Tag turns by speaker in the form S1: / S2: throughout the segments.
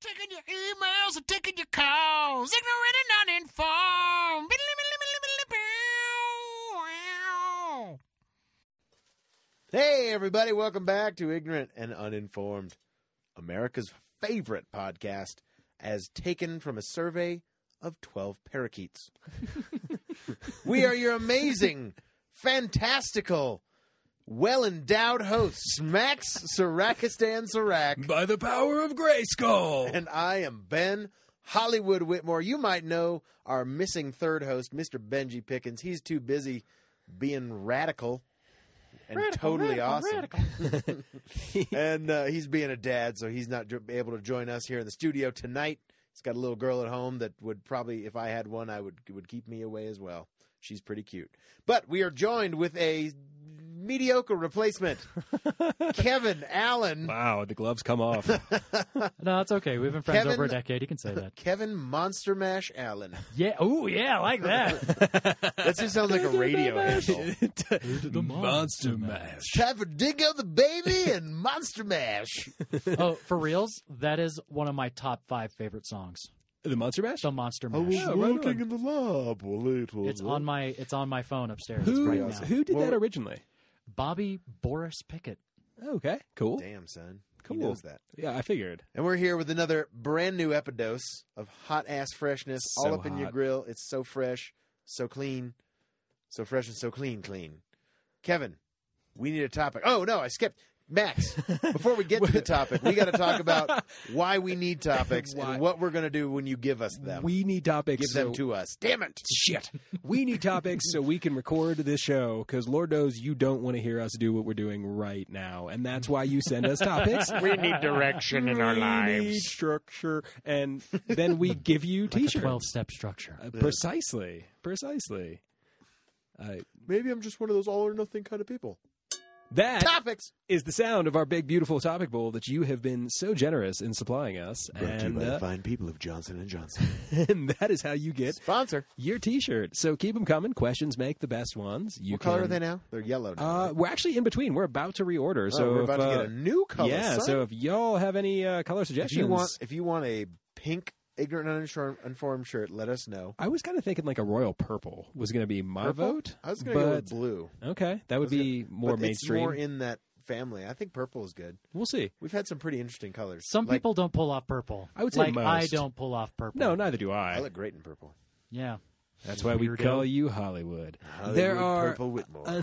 S1: Taking your emails and taking your calls. Ignorant and uninformed.
S2: Hey, everybody, welcome back to Ignorant and Uninformed, America's favorite podcast, as taken from a survey of 12 parakeets. we are your amazing, fantastical, well endowed hosts, Max Sarakistan Sarak,
S3: By the power of Grayskull.
S2: and I am Ben. Hollywood Whitmore, you might know our missing third host, Mr. Benji Pickens. He's too busy being radical and totally awesome. and uh, he's being a dad, so he's not jo- able to join us here in the studio tonight. He's got a little girl at home that would probably, if I had one, I would would keep me away as well. She's pretty cute, but we are joined with a mediocre replacement, Kevin Allen.
S3: wow, the gloves come off.
S4: No, it's okay. We've been friends
S2: Kevin-
S4: over a decade. He can say that.
S2: Kevin Monster Mash Allen.
S4: Yeah. Oh, yeah. I like that.
S2: That just sounds like a radio handle.
S3: Monster Mash.
S2: Time for Dingo the Baby and Monster Mash.
S4: oh, for reals, that is one of my top five favorite songs.
S3: The Monster Mash?
S4: The Monster Mash.
S3: Yeah, right walking on.
S2: in the lab a little.
S4: It's on my it's on my phone upstairs
S3: Who,
S4: right
S2: awesome.
S4: now.
S3: who did
S2: Well-
S3: that originally?
S4: Bobby Boris Pickett.
S3: Okay, cool.
S2: Damn, son.
S3: Cool.
S2: He knows that.
S3: Yeah, I figured.
S2: And we're here with another brand new epidose of hot ass freshness all
S3: So
S2: up in your
S3: hot.
S2: grill. It's so fresh, so clean, so fresh and so clean, clean. Kevin, we need a topic. Oh, no, I skipped. Max, before we get to the topic, we got to talk about why we need topics
S3: Why?
S2: and what we're going to do when you give us them.
S3: We need topics.
S2: give them
S3: so-
S2: to us. Damn it.
S3: Shit. We need topics so we can record this show because Lord knows you don't want to hear us do what we're doing right now. And that's why you send us topics.
S1: We need direction in our
S3: We need
S1: lives.
S3: structure. And then we give you t
S4: Like
S3: shirts.
S4: twelve step structure.
S3: Uh, precisely. Precisely. Uh,
S2: Maybe I'm just one of those all or nothing kind of people.
S3: that
S2: Topics.
S3: is the sound of our big, beautiful topic bowl that you have been so generous in supplying us. And, uh,
S2: fine people of Johnson and Johnson.
S3: and that is how you get
S2: Sponsor.
S3: your t shirt. So keep them coming. Questions make the best ones. You
S2: what color
S3: can-
S2: are they now? They're yellow now.
S3: Uh,
S2: right?
S3: we're actually in between. We're about to reorder. so
S2: oh, we're
S3: if,
S2: about to
S3: uh,
S2: get a new color.
S3: yeah.
S2: son.
S3: So if y'all have any uh, color
S2: If
S3: suggestions,
S2: you want, if you want a pink ignorant uninformed, informed shirt, let us know.
S3: I was kind of thinking like a royal purple was going to be my
S2: Purple?
S3: vote.
S2: I was
S3: but
S2: going to go with blue.
S3: okay, that would
S2: was gonna-
S3: be more
S2: but
S3: mainstream.
S2: It's more in that family. I think purple is good.
S3: we'll see.
S2: We've had some pretty interesting colors.
S4: Some
S2: Like,
S4: people don't pull off purple.
S3: I would say
S4: like I
S3: most.
S4: don't pull off purple.
S3: No, neither do
S2: I look great in purple.
S4: Yeah.
S3: That's why we
S4: Weirdo.
S3: call you Hollywood. there
S2: Hollywood
S3: are
S2: purple Whitmore.
S3: uh,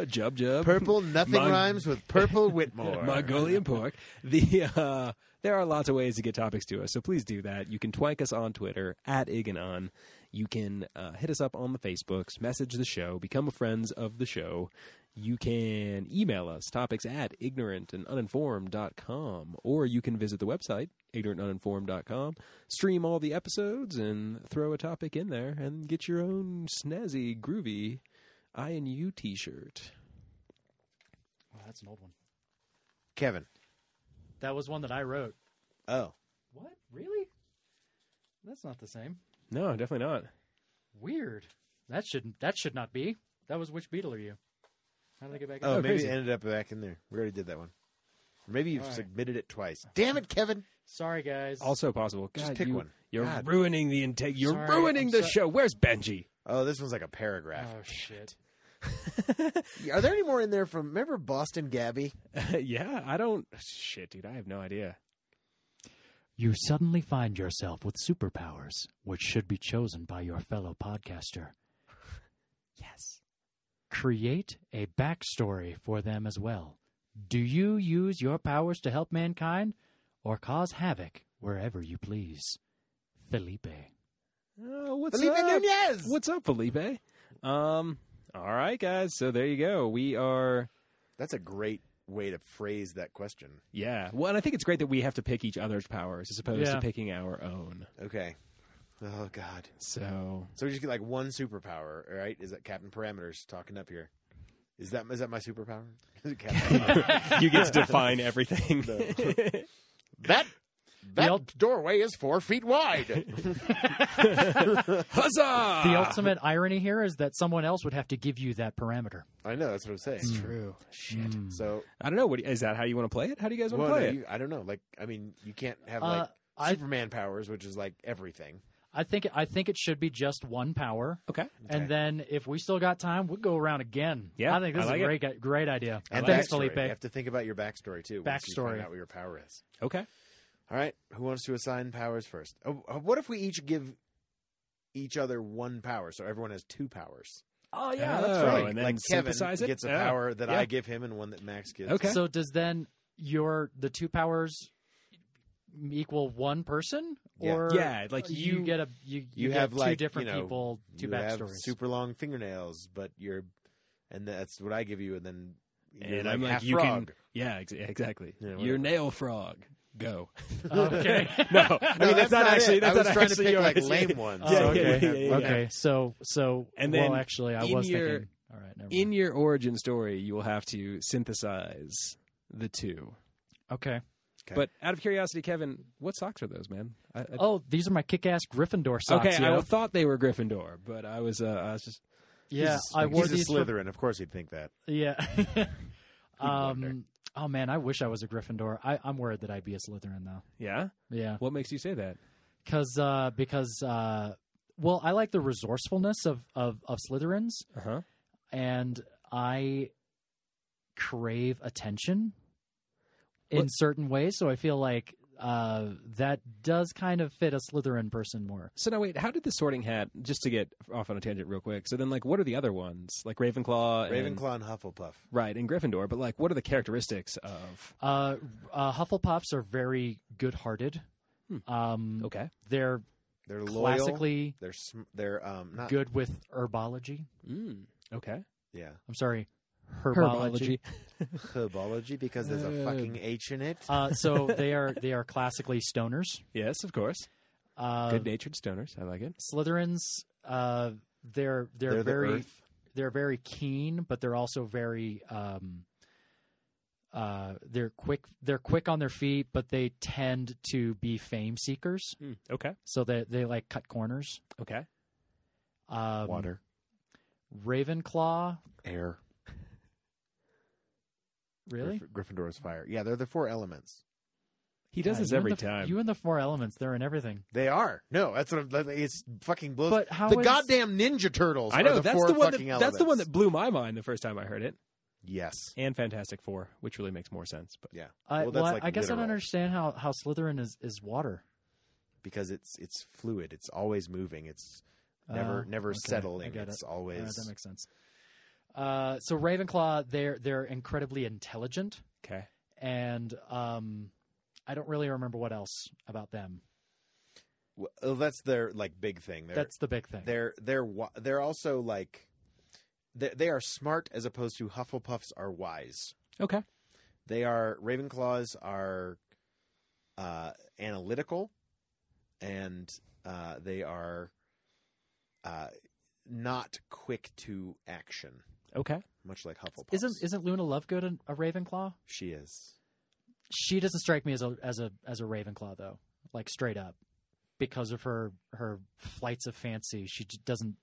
S3: jub jub
S2: purple. Nothing
S3: Mon-
S2: rhymes with purple Whitmore.
S3: Mongolian pork. The uh, there are lots of ways to get topics to us, so please do that. You can twank us on Twitter at Iganon. You can uh, hit us up on the Facebooks, message the show, become friends of the show. You can email us topics at ignorantanduninformed.com, or you can visit the website, ignorantanduninformed.com, stream all the episodes, and throw a topic in there and get your own snazzy, groovy INU t shirt.
S4: Well, that's an old one.
S2: Kevin.
S4: That was one that I wrote.
S2: Oh,
S4: What? Really? That's not the same.
S3: No, definitely not.
S4: Weird. That shouldn't. That should not be. That was which Beatle are you? How did I get back? in?
S2: oh, maybe
S3: crazy.
S2: it ended up back in there. We already did that one. Or Maybe you've
S4: All right.
S2: submitted it twice. Damn it, Kevin!
S4: Sorry, guys.
S3: Also possible.
S2: Just
S3: God,
S2: pick
S3: you,
S2: one.
S3: You're
S2: God.
S3: ruining the integrity. You're
S4: Sorry,
S3: ruining
S4: I'm
S3: the
S4: so-
S3: show. Where's Benji?
S2: Oh, this one's like a paragraph.
S4: Oh shit.
S2: Are there any more in there from? Remember Boston Gabby?
S3: yeah, I don't. Shit, dude, I have no idea.
S4: You suddenly find yourself with superpowers, which should be chosen by your fellow podcaster. Yes. Create a backstory for them as well. Do you use your powers to help mankind or cause havoc wherever you please? Felipe.
S3: Oh, what's
S2: Felipe
S3: up?
S2: Nunez.
S3: What's up, Felipe? Um, all right, guys. So there you go. We are.
S2: That's a great way to phrase that question.
S3: Yeah. Well, and I think it's great that we have to pick each other's powers as opposed
S4: Yeah.
S3: to picking our own.
S2: Okay. Oh God.
S3: So
S2: So we just get like one superpower, all right? Is that Captain Parameters talking up here? Is that is that my superpower? Is it Captain Parameters?
S3: you get to define everything.
S2: that that
S4: Yep.
S2: doorway is four feet wide.
S3: Huzzah!
S4: The ultimate irony here is that someone else would have to give you that parameter.
S2: I know that's what I'm saying.
S3: True. Shit.
S4: Mm.
S2: So
S3: I don't know. What, is that how you want to play it? How do you guys want
S2: well, no,
S3: to play it?
S2: you, I don't know. Like I mean, you can't have
S4: Uh,
S2: like
S4: I-
S2: Superman powers, which is like everything.
S4: I think I think it should be just one power,
S3: Okay.
S2: Okay.
S4: and then if we still got time, we'll go around again.
S3: Yeah,
S4: I think this
S3: I
S4: is
S3: like
S4: a great i- great idea.
S2: And
S4: Thanks,
S2: backstory.
S4: Felipe.
S2: You have to think about your backstory too. Once you find
S4: Backstory.
S2: out what your power is.
S3: Okay.
S2: All right. Who wants to assign powers first? Oh, uh, what if we each give each other one power, so everyone has two powers?
S3: Oh,
S4: Oh
S2: Like-
S3: and then
S2: like Kevin
S3: synthesize it?
S2: gets a
S3: Yeah.
S2: power that
S3: Yeah.
S2: I give him and one that Max gives.
S3: Okay.
S4: So does then your the two powers equal one person,
S2: Yeah.
S4: or
S3: Yeah, like
S4: you,
S3: you-
S4: get a you, you,
S2: you
S4: get
S2: have,
S4: two
S2: like,
S4: different
S2: you know,
S4: people, two
S2: you have
S4: backstories.
S2: super long fingernails, but you're, and that's what I give you, and then you're
S3: And I'm like,
S2: half
S3: you
S2: frog.
S3: can. Yeah, ex- exactly.
S2: Yeah, whatever.
S3: Your nail frog. Go.
S4: Oh, okay.
S3: No, I mean,
S2: No,
S3: that's, not, actually.
S2: it.
S3: That's
S2: I was
S3: not
S2: trying to
S3: actually
S2: pick
S3: your
S2: like
S3: idea.
S2: lame ones.
S4: Oh,
S3: Yeah,
S2: so-
S3: yeah,
S4: okay.
S3: yeah, yeah, yeah.
S4: Okay. So so
S3: And
S4: well,
S3: then
S4: actually, I
S3: in
S4: was
S3: your-
S4: thinking. All right. Never
S3: In
S4: mind.
S3: your origin story, you will have to synthesize the two.
S4: okay.
S2: Okay.
S3: But out of curiosity, Kevin, what socks are those, man? I, I-
S4: Oh, these are my kick-ass Gryffindor socks.
S3: okay,
S4: yo.
S3: I thought they were Gryffindor, but I was, uh, I was just
S4: yeah,
S3: he's a-
S4: I wore
S2: He's a
S4: these. for-
S2: Slytherin. Of course, he'd think that.
S4: yeah.
S2: wonder.
S4: um. Oh man, I wish I was a Gryffindor. I, I'm worried that I'd be a Slytherin though.
S3: yeah.
S4: Yeah.
S3: What makes you say that?
S4: because uh, because uh, well, I like the resourcefulness of of, of Slytherins,
S3: Uh huh.
S4: and I crave attention in
S3: What-
S4: certain ways. So I feel like uh, that does kind of fit a Slytherin person more.
S3: So now, wait. How did the Sorting Hat? Just to get off on a tangent real quick. So then, like, what are the other ones? Like Ravenclaw, Uh, and,
S2: Ravenclaw and Hufflepuff.
S3: right, and Gryffindor. But like, what are the characteristics of?
S4: Uh, uh, Hufflepuffs are very good-hearted.
S3: Hmm.
S4: Um,
S3: Okay.
S4: They're
S2: They're loyal.
S4: classically
S2: They're sm- they're um not
S4: good with herbology.
S3: Mm. Okay.
S2: Yeah,
S4: I'm sorry, herbology.
S2: herbology because there's a
S3: Uh,
S2: fucking H in it.
S4: Uh, so they are they are classically stoners.
S3: Yes, of course.
S4: Uh,
S3: Good-natured stoners. I like it.
S4: Slytherins, uh, they're they're,
S2: They're the
S4: very
S2: earth.
S4: they're very keen, but they're also very um, uh, they're quick they're quick on their feet, but they tend to be fame seekers,
S3: Mm. Okay.
S4: so they they like cut corners.
S3: Okay.
S4: Um,
S2: Water,
S4: Ravenclaw,
S2: air,
S4: really?
S2: Gryff- Gryffindor's fire. Yeah, they're the four elements.
S3: He does
S4: Yeah,
S3: this
S4: you and
S3: every
S4: the-
S3: time.
S4: You and the four elements, they're in everything.
S2: They are. No, that's what I'm, it's fucking blows.
S4: But how
S2: the
S4: is-
S2: goddamn Ninja Turtles.
S3: I
S2: are
S3: know
S2: the
S3: that's
S2: four
S3: the one. That,
S2: fucking
S3: that's the one
S2: elements.
S3: that blew my mind the first time I heard it,
S2: Yes.
S3: and Fantastic Four, which really makes more sense. But
S2: Yeah.
S4: I,
S2: Well,
S4: well,
S2: that's
S4: I,
S2: like
S4: I guess I don't
S2: literal.
S4: understand how, how Slytherin is, is water.
S2: Because it's it's fluid. It's always moving. It's never
S4: Uh,
S2: never
S4: okay, I
S2: settling.
S4: get
S2: It's
S4: Uh,
S2: always.
S4: that makes sense. Uh, so Ravenclaw, they're they're incredibly intelligent,
S3: okay,
S4: and um, I don't really remember what else about them.
S2: well, oh, that's their like big thing. They're,
S4: That's the big thing.
S2: they're they're wi- they're also like they they are smart as opposed to Hufflepuffs are wise.
S3: okay,
S2: They are Ravenclaws are uh, analytical, and uh, they are uh, not quick to action,
S3: okay.
S2: much like Hufflepuffs.
S4: Isn't isn't Luna Lovegood an- a Ravenclaw?
S2: she is?
S4: She doesn't strike me as a as a as a Ravenclaw though, like straight up, because of her her flights of fancy. She j- doesn't.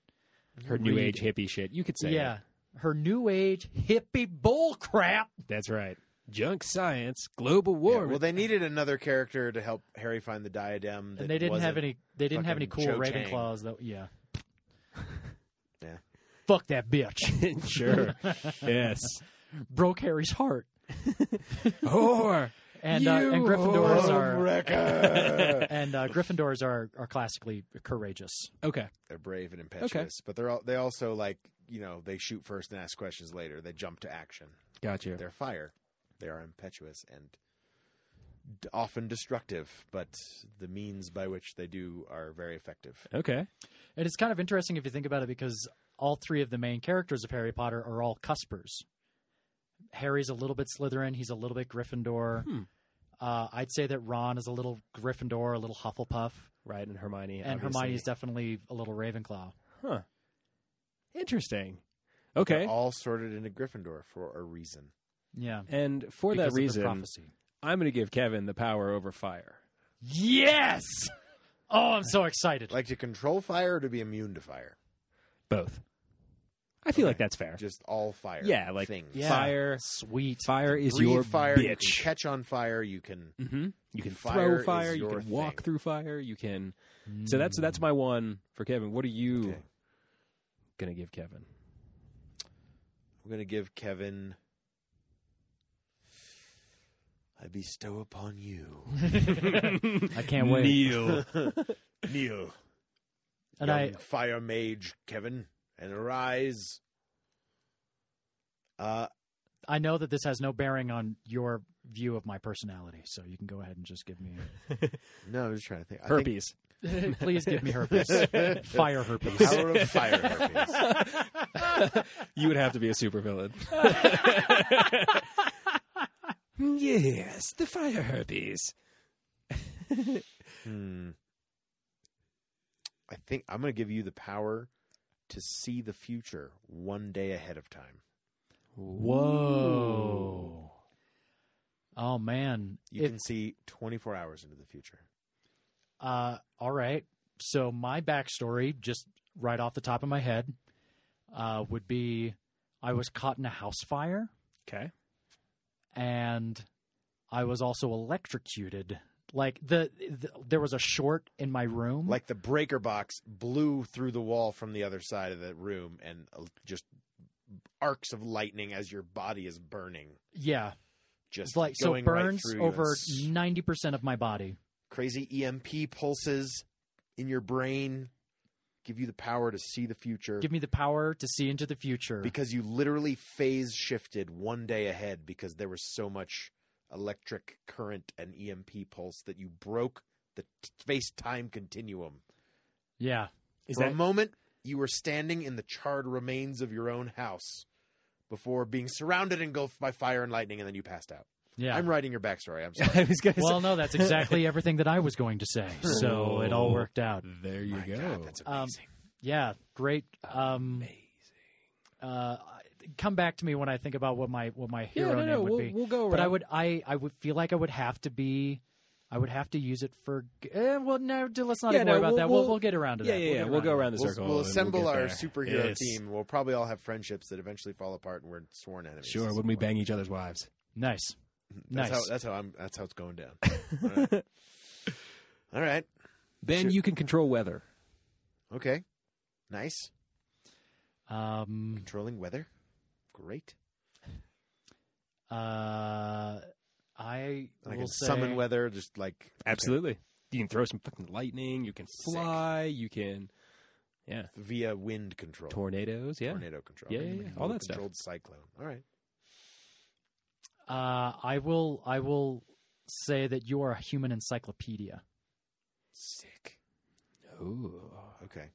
S3: Her new
S4: read-
S3: age hippie shit. You could say, it.
S4: yeah, her new age hippie bull crap.
S3: that's right. Junk science, global
S2: Yeah,
S3: warming.
S2: well, they needed another character to help Harry find the diadem. that
S4: And they didn't have
S2: wasn't-
S4: any. They didn't have any cool
S2: fucking Cho Chang.
S4: Ravenclaws though. Yeah.
S2: Yeah.
S4: Fuck that bitch.
S3: sure. yes.
S4: Broke Harry's heart.
S3: Or
S4: And uh, and
S3: You
S4: Gryffindors are
S2: Homewrecker!
S4: and uh, Gryffindors are are classically courageous.
S3: okay.
S2: they're brave and impetuous, but they're all, they also like you know they shoot first and ask questions later. They jump to action.
S3: Got you.
S2: They're fire. They are impetuous and d- often destructive, but the means by which they do are very effective.
S3: Okay.
S4: And it's kind of interesting if you think about it because all three of the main characters of Harry Potter are all cuspers. Harry's a little bit Slytherin. He's a little bit Gryffindor.
S3: Hmm.
S4: Uh, I'd say that Ron is a little Gryffindor, a little Hufflepuff,
S3: Right, and Hermione.
S4: and
S3: obviously.
S4: Hermione is definitely a little Ravenclaw.
S3: Huh. Interesting. Okay.
S2: They're all sorted into Gryffindor for a reason.
S4: Yeah.
S3: and for
S4: because
S3: that
S4: of the
S3: reason,
S4: prophecy.
S3: I'm going to give Kevin the power over fire.
S4: Yes. Oh, I'm so excited.
S2: Like to control fire or to be immune to fire.
S3: Both. I feel
S2: Okay.
S3: like that's fair.
S2: Just all fire.
S3: Yeah, like
S2: things.
S4: Yeah.
S3: Fire,
S4: Sweet.
S3: fire is
S2: Breathe
S3: your
S2: fire. You
S3: bitch.
S2: can catch on fire. You can.
S3: hmm You can
S2: Fire
S3: throw
S2: is
S3: fire. You
S2: your
S3: can walk
S2: thing.
S3: through fire. You can. So that's
S4: Mm.
S3: that's my one for Kevin. What are you
S2: Okay.
S3: gonna give Kevin?
S2: I'm gonna give Kevin. I bestow upon you,
S4: I can't wait.
S3: Neil.
S2: Neil,
S4: and
S2: young
S4: I
S2: fire mage Kevin, and arise. Uh,
S4: I know that this has no bearing on your view of my personality, so you can go ahead and just give me.
S2: no, I'm just trying to think. I think-
S3: Herpes.
S4: Please give me herpes. Fire herpes.
S2: Power of fire herpes.
S3: you would have to be a supervillain. yes, the fire herpes.
S2: Hmm. I think I'm going to give you the power to see the future one day ahead of time.
S4: Whoa. Oh man.
S2: You
S4: If-
S2: can see 24 hours into the future.
S4: Uh, all right. So my backstory, just right off the top of my head, uh, would be I was caught in a house fire
S3: Okay.
S4: and I was also electrocuted. Like the, the there was a short in my room.
S2: Like the breaker box blew through the wall from the other side of the room and uh, just arcs of lightning as your body is burning.
S4: yeah,
S2: Just
S4: like so
S2: going right
S4: burns
S2: through you and
S4: over
S2: s-
S4: ninety percent of my body.
S2: crazy EMP pulses in your brain give you the power to see the future.
S4: Give me the power to see into the future.
S2: because you literally phase shifted one day ahead because there was so much electric current and EMP pulse that you broke the space time continuum.
S4: yeah,
S3: Is
S2: For
S3: that
S2: a moment, you were standing in the charred remains of your own house before being surrounded and engulfed by fire and lightning, and then you passed out.
S4: yeah.
S2: I'm writing your backstory. I'm sorry.
S3: I was gonna
S4: well, no, that's exactly everything that I was going to say. So it all
S3: Whoa.
S4: worked out.
S2: Mm-hmm.
S3: say. There you
S2: My
S3: go.
S2: God, that's
S4: Um,
S2: amazing.
S4: Yeah, great. Um,
S3: amazing.
S4: uh, come back to me when I think about what my what my
S3: Yeah,
S4: hero
S3: no,
S4: name
S3: no,
S4: would
S3: we'll,
S4: be.
S3: we'll go.
S4: but I
S3: around.
S4: would I I would feel like I would have to be. I would have to use it for. Eh, well, no, d- let's not
S3: Yeah,
S4: even
S3: no,
S4: worry about
S3: we'll-
S4: that. We'll,
S3: we'll-
S4: we'll get around to
S3: Yeah,
S4: that.
S3: yeah, yeah.
S4: get
S3: We'll go around the
S2: We'll,
S3: circle.
S2: we'll
S3: and
S2: assemble
S3: get
S2: our
S3: there.
S2: superhero
S3: Yes.
S2: team. We'll probably all have friendships that eventually fall apart, and we're sworn enemies.
S3: Sure,
S2: at
S3: when
S2: some
S3: we
S2: point.
S3: bang each other's wives.
S4: Nice,
S2: That's
S4: nice.
S2: how that's how I'm that's how it's going down. All right. All right.
S3: Then
S2: Sure.
S3: you can control weather.
S2: Okay. Nice.
S4: um,
S2: Controlling weather. Great.
S4: uh, I
S2: And I
S4: will
S2: can
S4: say,
S2: summon weather just like okay.
S3: Absolutely. You can throw some fucking lightning. You can
S2: Sick.
S3: fly. You can
S2: via wind control.
S3: tornadoes. Yeah.
S2: Tornado control.
S3: Yeah, yeah, yeah. All that stuff.
S2: Controlled cyclone. All right.
S4: Uh, I will. I will say that you are a human encyclopedia.
S2: Sick.
S3: Ooh.
S2: Okay.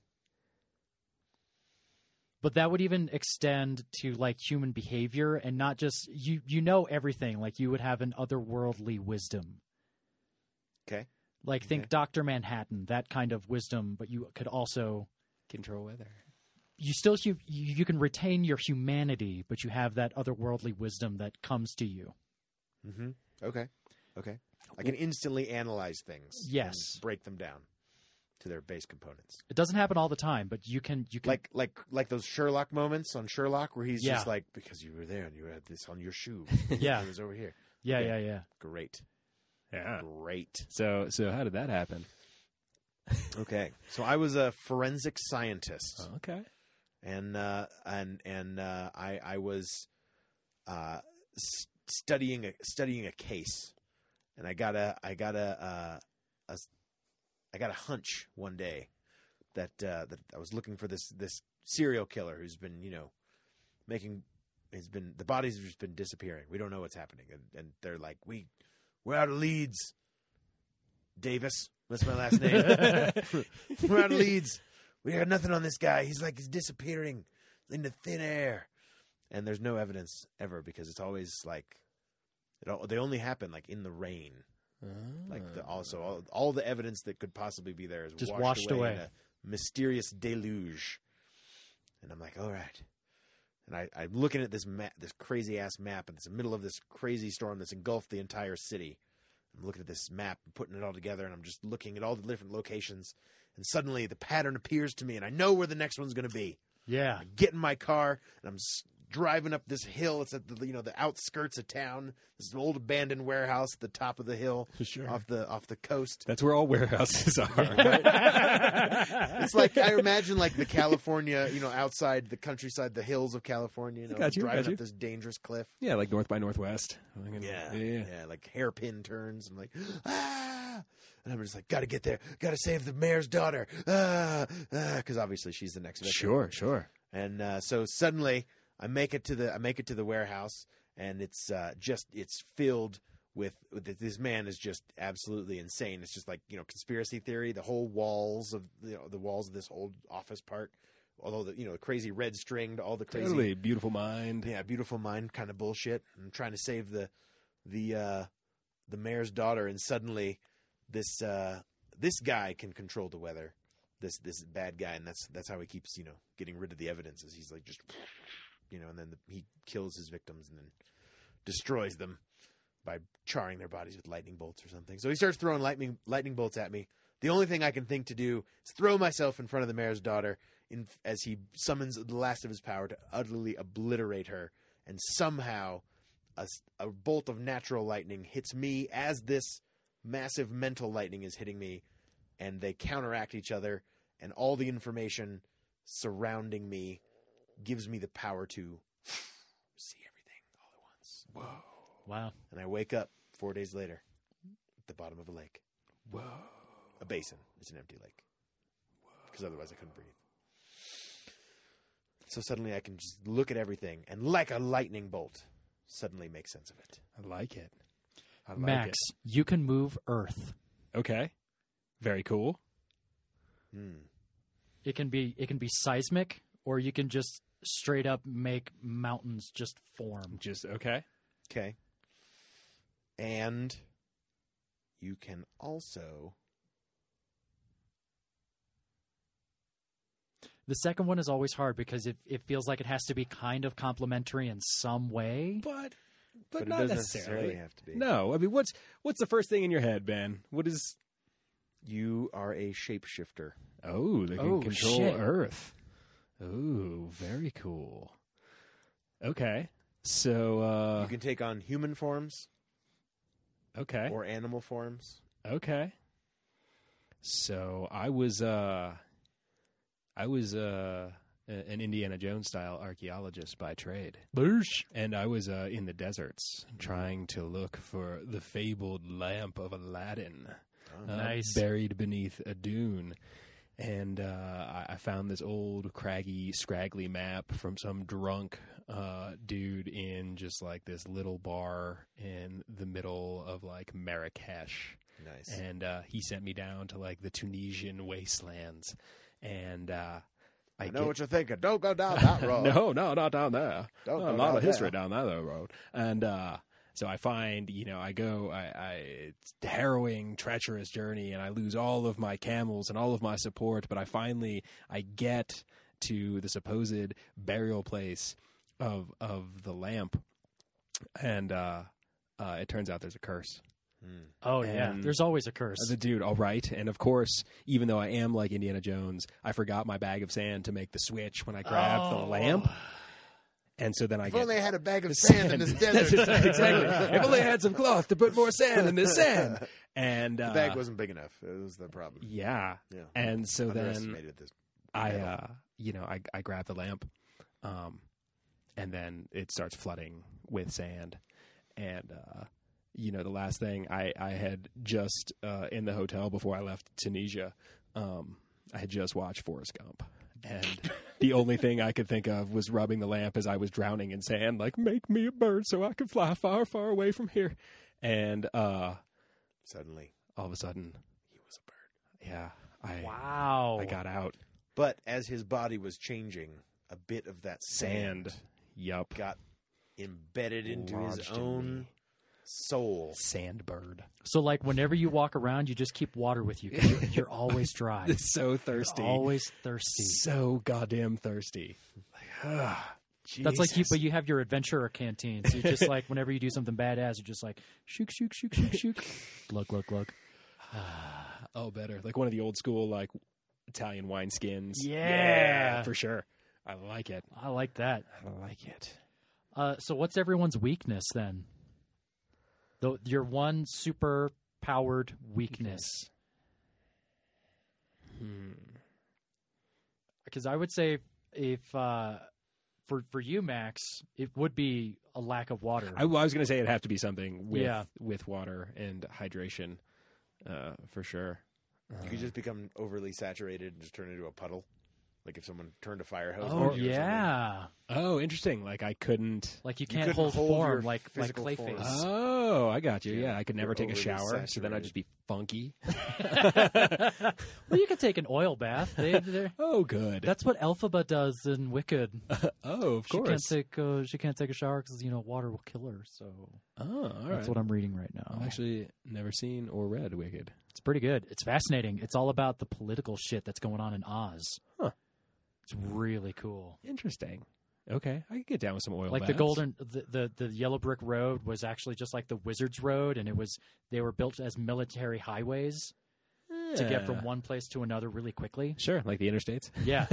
S4: but that would even extend to like human behavior and not just you you know everything like you would have an otherworldly wisdom
S2: Okay.
S4: like think
S2: Okay.
S4: dr manhattan that kind of wisdom but you could also
S3: Control weather.
S4: you still hu- you, you can retain your humanity but you have that otherworldly wisdom that comes to you
S2: Mhm. Okay. Okay. I can instantly analyze things. and
S4: Yes.
S2: break them down to their base components.
S4: it doesn't happen all the time but you can you can
S2: like like like those Sherlock moments on Sherlock where he's
S4: Yeah.
S2: just like because you were there and you had this on your shoe.
S4: Yeah.
S2: it was over here.
S4: yeah yeah
S2: yeah.
S4: yeah
S2: Great,
S3: Yeah.
S2: great.
S3: So so how did that happen?
S2: Okay, so I was a forensic scientist,
S4: Uh-huh.
S3: Okay.
S2: and uh, and and uh, I I was uh, s- studying a, studying a case, and I got a I got a, uh, a s- I got a hunch one day that uh, that I was looking for this this serial killer who's been you know making has been the bodies have just been disappearing. We don't know what's happening, and, and they're like we we're out of leads. Davis, that's my last name. we're out of leads. We got nothing on this guy. He's like he's disappearing into thin air, and there's no evidence ever because it's always like it all, they only happen like in the rain.
S3: Ah.
S2: Like the, also all, all the evidence that could possibly be there is
S4: Ah. Just washed
S2: washed, away, in
S4: away.
S2: a mysterious deluge. And I'm like, all right. And I, I'm looking at this map, this crazy ass map, and it's the middle of this crazy storm that's engulfed the entire city. I'm looking at this map and putting it all together, and I'm just looking at all the different locations. And suddenly, the pattern appears to me, and I know where the next one's going to be.
S4: Yeah.
S2: get in my car and I'm s- driving up this hill. It's at the you know the outskirts of town. This old abandoned warehouse at the top of the hill
S3: Sure.
S2: off the off the coast.
S3: That's where all warehouses are.
S2: It's like I imagine like the California, you know, outside the countryside, the hills of California. You know,
S3: got you,
S2: driving
S3: got you.
S2: up this dangerous cliff.
S3: yeah, like North by Northwest. I'm thinking,
S2: Yeah,
S3: yeah.
S2: yeah, like hairpin turns. I'm like, ah, and I'm just like, gotta get there, gotta save the mayor's daughter, ah, because obviously she's the next victim.
S3: Sure, sure.
S2: And uh, so suddenly, I make it to the I make it to the warehouse, and it's uh, just it's filled with, with this man is just absolutely insane. It's just like you know conspiracy theory. The whole walls of you know, the walls of this old office park, although the you know the crazy red string to all the crazy
S3: Totally beautiful mind.
S2: yeah, beautiful mind kind of bullshit. I'm trying to save the the uh the mayor's daughter and suddenly this uh this guy can control the weather. This this bad guy and that's that's how he keeps, you know, getting rid of the evidence is he's like just you know, and then the, he kills his victims and then destroys them by charring their bodies with lightning bolts or something. So he starts throwing lightning lightning bolts at me. The only thing I can think to do is throw myself in front of the mayor's daughter in, as he summons the last of his power to utterly obliterate her, and somehow a, s- a bolt of natural lightning hits me as this massive mental lightning is hitting me, and they counteract each other, and all the information surrounding me gives me the power to see everything all at once.
S4: Wow.
S2: And I wake up four days later at the bottom of a lake.
S3: Whoa.
S2: A basin. It's an empty lake. Because otherwise I couldn't breathe. So suddenly I can just look at everything and, like a lightning bolt, suddenly make sense of it.
S3: I like it. I like
S4: Max, you can move Earth.
S3: it. Okay. Very cool.
S2: Hmm.
S4: It can be it can be seismic, or you can just straight up make mountains just form.
S3: Just okay.
S2: Okay. And you can also.
S4: The second one is always hard because it, it feels like it has to be kind of complementary in some way.
S3: But but,
S2: But, it
S3: not
S2: doesn't
S3: necessarily.
S2: necessarily have to be.
S3: No. I mean what's what's the first thing in your head, Ben? What is
S2: You are a shapeshifter.
S3: Oh, they can
S4: Oh,
S3: control
S4: shit.
S3: Earth. Oh, very cool. Okay. So uh
S2: you can take on human forms
S3: okay.
S2: or animal forms.
S3: Okay. So I was uh I was uh a- an Indiana Jones style archaeologist by trade. And I was uh, in the deserts trying to look for the fabled lamp of Aladdin
S2: Oh.
S3: uh,
S4: Nice.
S3: buried beneath a dune. And uh, I, I found this old, craggy, scraggly map from some drunk uh, dude in just like this little bar in the middle of like Marrakesh
S2: Nice.
S3: and uh, he sent me down to like the Tunisian wastelands, and uh,
S2: I
S3: I,
S2: know
S3: get-
S2: what you're thinking. Don't go down that road.
S3: no, no, not down there.
S2: Don't
S3: Not a
S2: go
S3: lot
S2: down
S3: of history
S2: there.
S3: down that other road, and uh, so I find you know I go I, I it's a harrowing, treacherous journey, and I lose all of my camels and all of my support, but I finally I get to the supposed burial place of of the lamp, and uh, uh, it turns out there's a curse.
S2: Hmm.
S4: Oh yeah,
S3: And-
S4: there's always a curse.
S3: The dude, all right. And of course, even though I am like Indiana Jones, I forgot my bag of sand to make the switch when I grabbed
S4: Oh.
S3: the lamp. And so then I
S2: If
S3: get
S2: only I had a bag of
S3: the
S2: sand, in this
S3: That's
S2: desert.
S3: right, exactly. if only I had some cloth to put more sand in this sand. And uh,
S2: the bag wasn't big enough. It was the problem.
S3: yeah.
S2: Yeah.
S3: And so then
S2: Underestimated this.
S3: I,
S2: metal.
S3: uh, you know, I I grab the lamp, um, and then it starts flooding with sand, and uh, you know, the last thing I I had just uh, in the hotel before I left Tunisia, um, I had just watched Forrest Gump, and the only thing I could think of was rubbing the lamp as I was drowning in sand, like make me a bird so I can fly far, far away from here, and uh,
S2: Suddenly,
S3: all of a sudden,
S2: he was a bird.
S3: yeah, I
S4: wow.
S3: I got out
S2: But as his body was changing, a bit of that sand,
S3: sand. Yup.
S2: got embedded into his
S3: Lodged in
S2: own
S3: me.
S2: soul.
S3: Sandbird.
S4: so like whenever you walk around, you just keep water with you. 'cause You're, you're always dry.
S3: so
S4: You're
S3: thirsty.
S4: Always thirsty.
S3: So goddamn thirsty. Like, ah,
S4: That's like you,
S3: Jesus.
S4: but you have your adventurer canteen. So you just like whenever you do something badass, you're just like shook, shook, shook, shook, shook, glug, glug, glug.
S3: oh, better. Like one of the old school like Italian wine skins.
S4: Yeah.
S3: for sure. I like it.
S4: I like that.
S3: I like it.
S4: Uh, so what's everyone's weakness then? The, your one super powered weakness.
S3: Hmm.
S4: Because I would say if uh, for for you, Max, it would be a lack of water.
S3: I, well, I was going to say it'd have to be something with
S4: Yeah.
S3: with water and hydration, uh, for sure.
S2: You
S3: Uh,
S2: could just become overly saturated and just turn into a puddle. Like if someone turned a fire hose.
S4: oh
S2: on you or
S4: yeah,
S3: oh, interesting. Like I couldn't.
S4: like you
S2: You
S4: can't
S2: couldn't
S4: hold,
S2: hold your
S4: form like like
S2: physical form.
S4: Clayface.
S3: Oh, I got you. Yeah,
S2: Yeah,
S3: I could never
S2: you're
S3: take a
S2: overly
S3: shower, so then I'd just be funky.
S4: well, you could take an oil bath. They, they're-
S3: Oh, good.
S4: that's what Elphaba does in Wicked.
S3: oh, of
S4: She can't
S3: course.
S4: take uh, she can't take a shower because you know water will kill her. So
S3: oh, all right.
S4: that's what I'm reading right now.
S3: I've actually never seen or read Wicked.
S4: It's pretty good. It's fascinating. It's all about the political shit that's going on in Oz.
S3: Huh.
S4: It's really cool.
S3: Interesting. Okay, I could get down with some oil.
S4: like the
S3: baths.
S4: golden, the, the the yellow brick road was actually just like the Wizard's Road, and it was they were built as military highways to get
S3: Yeah.
S4: from one place to another really quickly.
S3: Sure, like the interstates.
S4: Yeah,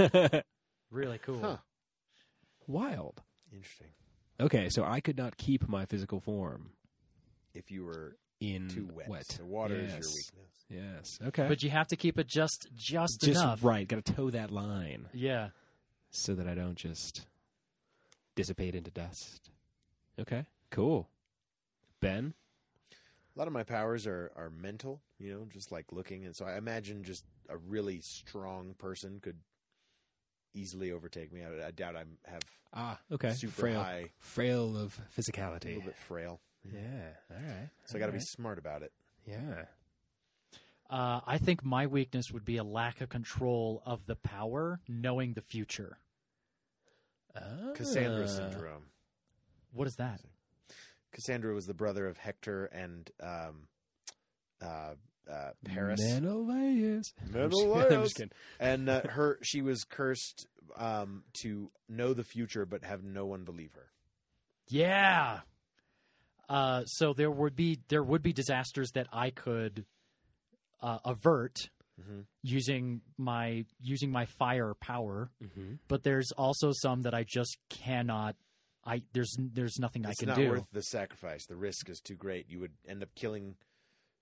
S4: really cool.
S2: Huh.
S3: Wild.
S2: something. Interesting.
S3: Okay, so I could not keep my physical form
S2: If you were
S3: in
S2: too wet, the water is your weakness.
S3: Yes. Okay.
S4: But you have to keep it just just,
S3: just
S4: enough.
S3: right. Got to toe that line
S4: Yeah,
S3: so that I don't just dissipate into dust. Okay. Cool. Ben.
S2: A lot of my powers are, are mental, you know, just like looking. And so I imagine just a really strong person could easily overtake me. I, I doubt I am have
S3: Ah. Okay.
S2: super
S3: frail.
S2: high,
S3: Frail of
S2: a
S3: physicality.
S2: little bit frail.
S3: Yeah. All right.
S2: So I got to
S3: All
S2: be smart about it.
S3: right. Yeah.
S4: uh, I think my weakness would be a lack of control of the power, knowing the future.
S2: Cassandra
S3: Ah.
S2: syndrome.
S4: What is that?
S2: Cassandra was the brother of Hector and um, uh, uh, Paris.
S3: Menelaus.
S2: Menelaus.
S3: I'm just kidding.
S2: and uh, her she was cursed um, to know the future but have no one believe her.
S4: Yeah. Uh, so there would be there would be disasters that I could uh, avert
S2: Mm-hmm.
S4: using my using my fire power,
S3: Mm-hmm.
S4: but there's also some that I just cannot. I there's there's nothing
S2: it's
S4: I can
S2: not
S4: do.
S2: worth the sacrifice. The risk is too great. You would end up killing,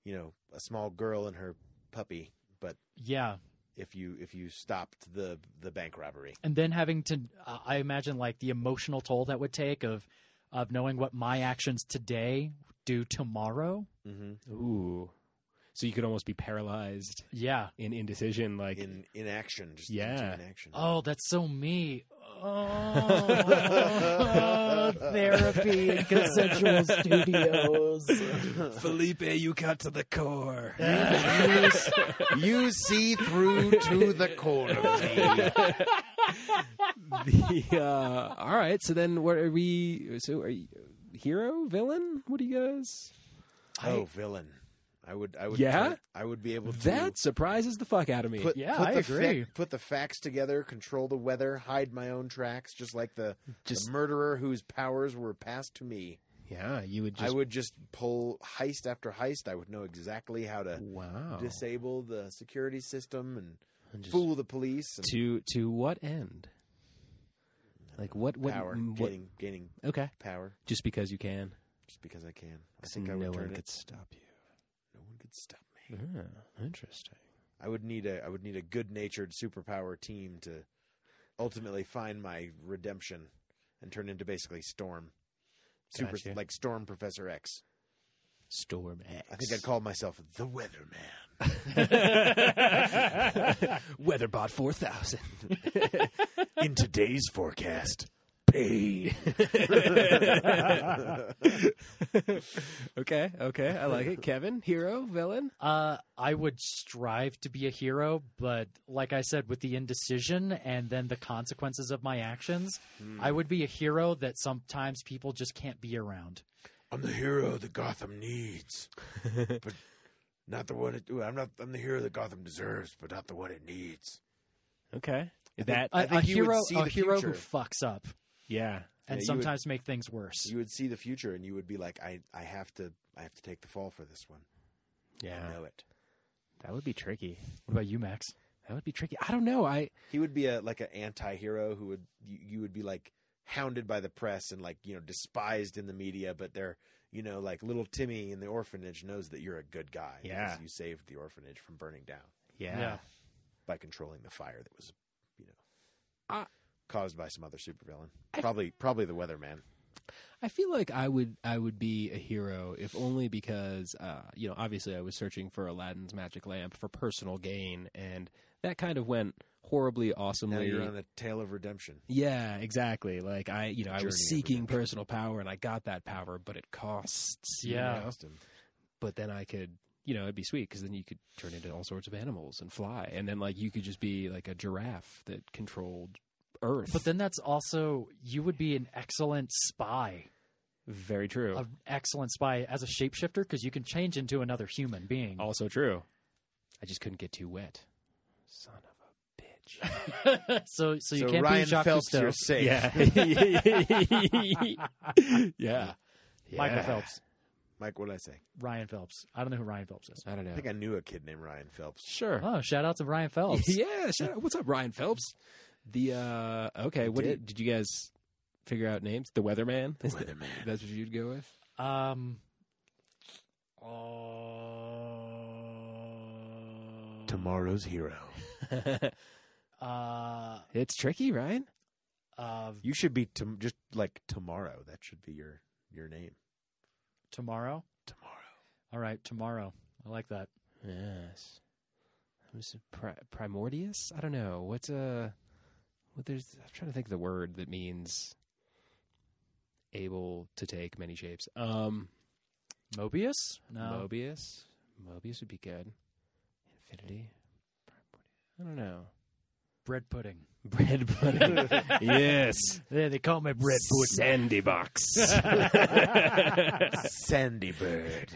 S2: you know, a small girl and her puppy. But
S4: yeah,
S2: if you if you stopped the the bank robbery,
S4: and then having to uh, I imagine like the emotional toll that would take of of knowing what my actions today do tomorrow.
S2: mm-hmm.
S3: Ooh. So you could almost be paralyzed
S4: Yeah.
S3: in indecision, like
S2: in inaction, just
S3: Yeah.
S2: inaction.
S4: Oh, that's so me. Oh, therapy and consensual studios.
S3: Felipe, you cut to the core.
S2: you, you see through to the corner.
S3: the, uh, all right, so then what are we? So are you hero, villain? What do you guys?
S2: Oh, villain! I would, I would,
S3: Yeah?
S2: try- I would be able to.
S3: That surprises the fuck out of me.
S2: put,
S4: Yeah,
S2: put
S4: I
S2: the fac-
S4: agree.
S2: put the facts together, control the weather, hide my own tracks, just like the,
S3: Just-
S2: the murderer whose powers were passed to me.
S3: yeah, you would just
S2: I would just pull heist after heist. I would know exactly how to
S3: wow.
S2: disable the security system and,
S3: And just-
S2: fool the police. And
S3: to to what end? Like what what,
S2: power,
S3: mm, what
S2: gaining, gaining
S3: okay,
S2: power
S3: just because you can.
S2: just because I can. I
S3: 'Cause
S2: think I
S3: no
S2: would
S3: one
S2: turn
S3: could
S2: it.
S3: stop you.
S2: No one could stop me.
S3: Ah, interesting.
S2: I would need a I would need a good natured superpower team to ultimately find my redemption and turn into basically Storm. Super
S3: Gotcha.
S2: like Storm Professor X.
S3: Storm X.
S2: I think I'd call myself the Weatherman.
S3: Weatherbot four thousand.
S2: In today's forecast, pain.
S3: okay, okay, I like it. Kevin, hero, villain.
S4: Uh, I would strive to be a hero, but like I said, with the indecision and then the consequences of my actions,
S2: Hmm.
S4: I would be a hero that sometimes people just can't be around.
S2: I'm the hero that Gotham needs, but not the one. It, I'm not. I'm the hero that Gotham deserves, but not the one it needs.
S3: Okay,
S2: think-
S3: that
S4: A,
S2: I
S4: a
S2: think you would
S4: hero,
S2: see
S4: a
S2: the
S4: hero who
S2: future.
S4: fucks up
S3: yeah.
S2: Yeah,
S4: and
S2: you would-
S4: sometimes make things worse.
S2: You would see the future, and you would be like, I, I have to, I have to take the fall for this one. I know it.
S3: that would be tricky.
S4: what about you, Max?
S3: That would be tricky. I don't know. I
S2: He would be a like an anti-hero who would you, you would be like hounded by the press and like you know despised in the media, but they're you know like little Timmy in the orphanage knows that you're a good guy
S3: Yeah.
S2: because you saved the orphanage from burning down
S3: yeah.
S2: by controlling the fire that was you know
S3: I-
S2: caused by some other supervillain,
S3: I-
S2: probably probably the weatherman.
S3: I feel like I would I would be a hero if only because uh, you know obviously I was searching for Aladdin's magic lamp for personal gain and that kind of went horribly
S2: Now
S3: awesomely
S2: you're on a tale of redemption.
S3: Yeah, exactly. Like I, you know, I
S2: Journey of
S3: was seeking
S2: redemption.
S3: personal power and I got that power, but it costs. you
S4: Yeah.
S3: know?
S2: Austin.
S3: But then I could, you know, it'd be sweet because then you could turn into all sorts of animals and fly, and then like you could just be like a giraffe that controlled Earth.
S4: But then that's also you would be an excellent spy,
S3: very true.
S4: an excellent spy as a shapeshifter because you can change into another human being.
S3: also true. I just couldn't get too wet. Son of a bitch.
S4: so so you
S2: so
S4: can't
S2: Ryan
S4: be Jacques
S2: Phelps,
S4: Cousteau.
S2: you're safe.
S3: yeah. yeah.
S4: Michael Phelps,
S2: Mike, what did I say?
S4: Ryan Phelps. I don't know who Ryan Phelps is.
S3: I don't know.
S2: I think I knew a kid named Ryan Phelps.
S3: sure.
S4: Oh, shout out to Ryan Phelps.
S3: yeah, shout out. what's up, Ryan Phelps? The uh okay, what did.
S2: did.
S3: did you guys figure out names? The Weatherman. Is that-
S2: Weatherman.
S3: That's what you'd go with.
S4: Um. uh,
S2: Tomorrow's hero.
S4: Uh,
S3: it's tricky, right?
S4: uh,
S2: You should be tom- just like tomorrow. That should be your your name.
S4: tomorrow.
S2: Tomorrow.
S4: All right, tomorrow. I like that.
S3: Yes. Who's pri- primordius? I don't know. What's a what? There's I'm trying to think of the word that means able to take many shapes. Um,
S4: Mobius?
S3: Oh.
S4: No.
S3: Mobius. Mobius would be good. Infinity. Primordius. I don't know.
S4: bread pudding.
S3: Bread pudding. yes.
S4: Yeah, they call me
S3: Sandy box.
S2: Sandy Bird.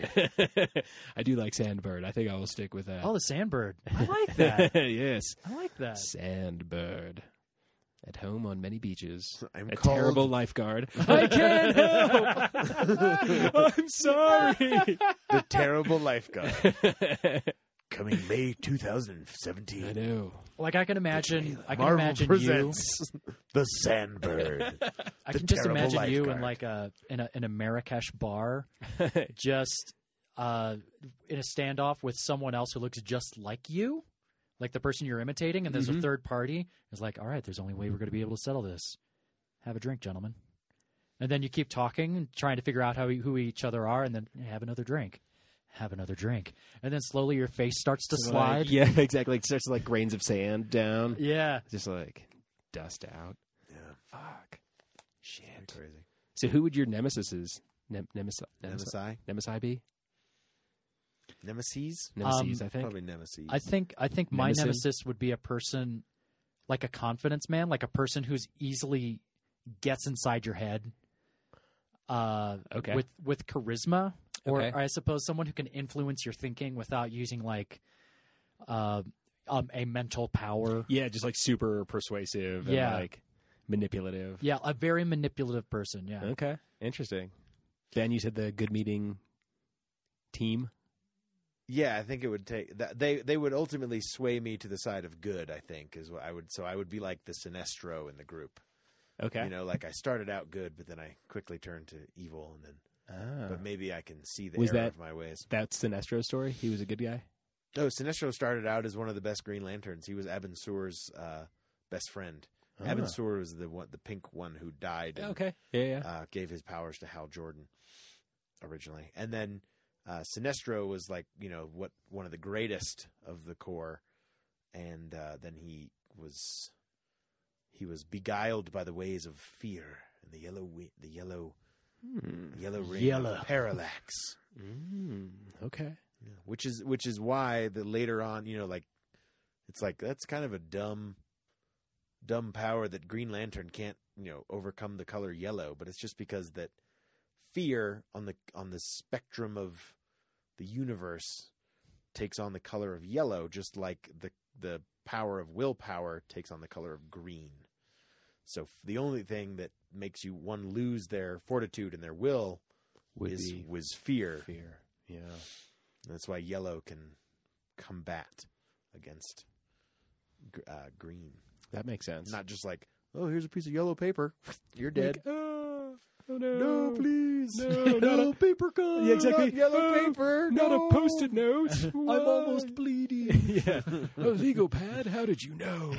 S3: I do like Sandbird. I think I will stick with that.
S4: Oh, the sandbird. I like that.
S3: yes.
S4: I like that.
S3: Sandbird. At home on many beaches.
S2: I'm
S3: a
S2: called-
S3: terrible lifeguard. I can't help. I'm sorry.
S2: the terrible lifeguard. Coming May 2017.
S3: I know.
S4: Like I can imagine. I can
S2: Marvel
S4: imagine
S2: presents the Sandbird.
S4: you. I
S2: The
S4: can just
S2: terrible
S4: imagine you
S2: lifeguard.
S4: in like a in a in a Marrakesh bar, just uh, in a standoff with someone else who looks just like you, like the person you're imitating, and there's a
S2: Mm-hmm.
S3: Mhm.
S4: third party. It's like, all right, there's only way we're going to be able to settle this. Have a drink, gentlemen. And then you keep talking and trying to figure out how e, who each other are, and then have another drink. Have another drink, and then slowly your face starts to slide.
S3: Like, yeah, exactly. Like, starts like grains of sand down.
S4: yeah.
S3: Just like dust out.
S2: yeah,
S3: Fuck. Shit.
S2: crazy.
S3: So who would your nemesis is? Nem- nemesis, nemesis,
S2: Nemesi?
S3: nemesis be?
S2: Nemesis?
S3: Nemesis, I think.
S2: Probably Nemesis.
S4: I think I think my
S3: Nemesis?
S4: nemesis would be a person like a confidence man, like a person who's easily gets inside your head. Uh,
S3: Okay.
S4: With with charisma, or,
S3: Okay.
S4: or I suppose someone who can influence your thinking without using like uh, um, a mental power.
S3: Yeah, just like super persuasive and
S4: Yeah.
S3: like manipulative.
S4: Yeah, a very manipulative person. Yeah.
S3: Okay. Interesting. Ben, you said the good meeting team.
S2: yeah, I think it would take that. They they would ultimately sway me to the side of good. I think is what I would. So I would be like the Sinestro in the group.
S3: Okay.
S2: You know, like I started out good, but then I quickly turned to evil, and then
S3: Ah.
S2: but maybe I can see the
S3: Was
S2: error
S3: that-
S2: of my ways.
S3: That's Sinestro's story. He was a good guy.
S2: Oh, Sinestro started out as one of the best Green Lanterns. He was Abin Sur's uh, best friend. Abin Sur was the one, the pink one who died.
S3: Ah.
S2: and,
S3: Okay. Yeah, yeah.
S2: uh, gave his powers to Hal Jordan originally, and then uh, Sinestro was like you know what one of the greatest of the core, and uh, then he was he was beguiled by the ways of fear and the yellow wi- the yellow
S3: Hmm.
S2: yellow ring
S4: Yellow.
S2: of parallax,
S3: Mm. Okay.
S2: which is which is why the later on you know like it's like that's kind of a dumb dumb power that green lantern can't you know overcome the color yellow but it's just because that fear on the on the spectrum of the universe takes on the color of yellow just like the the power of willpower takes on the color of green so f- the only thing that makes you one lose their fortitude and their will
S3: Would
S2: is
S3: be
S2: was fear
S3: fear. Yeah.
S2: that's why yellow can combat against gr- uh, green.
S3: That makes sense.
S2: Not just like, oh, here's a piece of yellow paper. You're dead.
S3: Like, oh, oh no.
S2: no, please.
S3: No, not a-
S2: paper cut.
S3: Yeah, exactly.
S2: Not yellow
S3: Oh,
S2: paper.
S3: Not
S2: no.
S3: a post-it note. I'm
S2: bleeding.
S3: yeah. A legal pad? How did you know?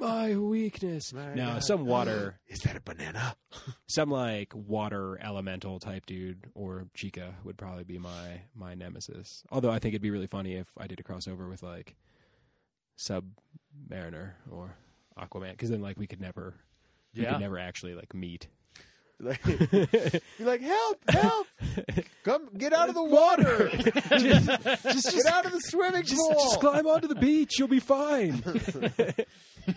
S3: My weakness.
S2: My
S3: no,
S2: God.
S3: some water,
S2: Is that a banana?
S3: some like water elemental type dude or Chica would probably be my my nemesis. Although I think it'd be really funny if I did a crossover with like Submariner or Aquaman, because then like we could never, we
S4: Yeah.
S3: could never actually like meet.
S2: Like, you're like, help, help! Come, get out of the water!
S3: just, just,
S2: get out of the swimming
S3: just,
S2: pool!
S3: just climb onto the beach. You'll be fine.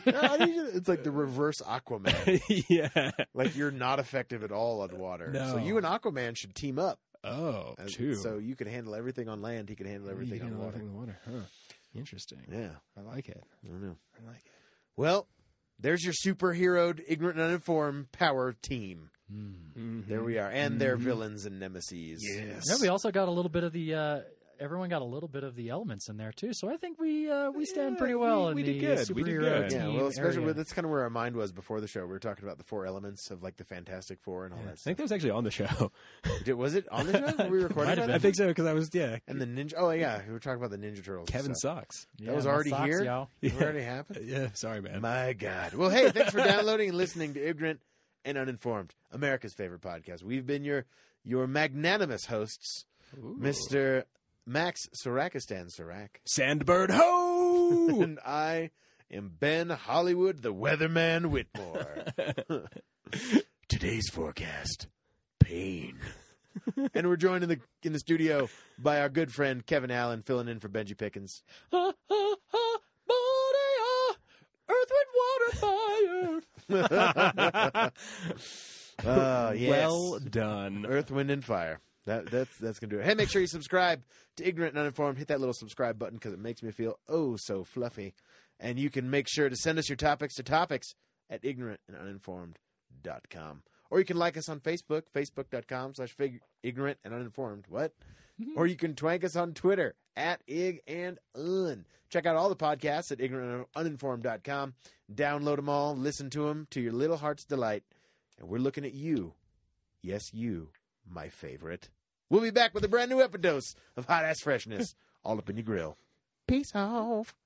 S2: No, I need you- it's like the reverse Aquaman.
S3: yeah.
S2: like you're not effective at all on water. So
S3: No.
S2: you and Aquaman should team up.
S3: Oh,
S2: As-
S3: two.
S2: So you can handle everything on land. He can handle everything on water.
S3: in the water. Huh. Interesting.
S2: Yeah,
S3: I like it.
S2: I don't know.
S3: I like it.
S2: Well, there's your superheroed, ignorant, and uninformed power team.
S4: Hmm.
S3: Mm-hmm.
S2: There we are, and their
S3: Mhm.
S2: villains and nemesis.
S3: Yes.
S4: Yeah, we also got a little bit of the. Uh, everyone got a little bit of the elements in there too, so I think we uh, we stand
S3: Yeah,
S4: pretty well
S3: we-
S4: in
S3: we
S4: the
S3: did
S4: uh,
S3: good. We did
S4: superhero
S3: good.
S4: team
S2: Yeah, well, especially
S4: area.
S2: with that's kind of where our mind was before the show. We were talking about the four elements of like the Fantastic Four and all
S3: Yeah, I
S2: that.
S3: think that was actually on the show.
S2: stuff. Did- was it on the show? Were we recording?
S4: Might
S2: about
S4: have
S2: that?
S3: I think so because I was yeah.
S2: And the ninja. Oh yeah, we were talking about the Ninja Turtles.
S3: Kevin
S2: stuff.
S3: sucks.
S4: Yeah,
S2: that was
S4: my
S2: already
S4: socks,
S2: here?
S4: y'all.
S2: It already happened.
S3: Yeah. Sorry, man.
S2: My God. Well, hey, thanks for downloading and listening to Ignorant and Uninformed, America's favorite podcast. We've been your your magnanimous hosts,
S3: Ooh.
S2: Mr. Max Sarakistan Sarak.
S3: Sandbird Ho.
S2: And I am Ben Hollywood, the Weatherman Whitmore. Today's forecast pain. and we're joined in the in the studio by our good friend Kevin Allen, filling in for Benji Pickens.
S3: ha, ha, ha, Moria, Earth, wind, water, fire.
S2: Oh, yes.
S3: Well done.
S2: Earth, Wind, and Fire. That, that's that's gonna do it. Hey, make sure you subscribe to Ignorant and Uninformed. Hit that little subscribe button because it makes me feel oh so fluffy. And you can make sure to send us your topics to topics at ignorantanduninformed.com. Or you can like us on Facebook, facebook.com slash fig- ignorant and uninformed. What? or you can twank us on Twitter at ig and un. Check out all the podcasts at ignorantanduninformed.com. Download them all, listen to them to your little heart's delight. And we're looking at you. Yes, you, my favorite. We'll be back with a brand new epidose of hot ass freshness all up in your grill. Peace off.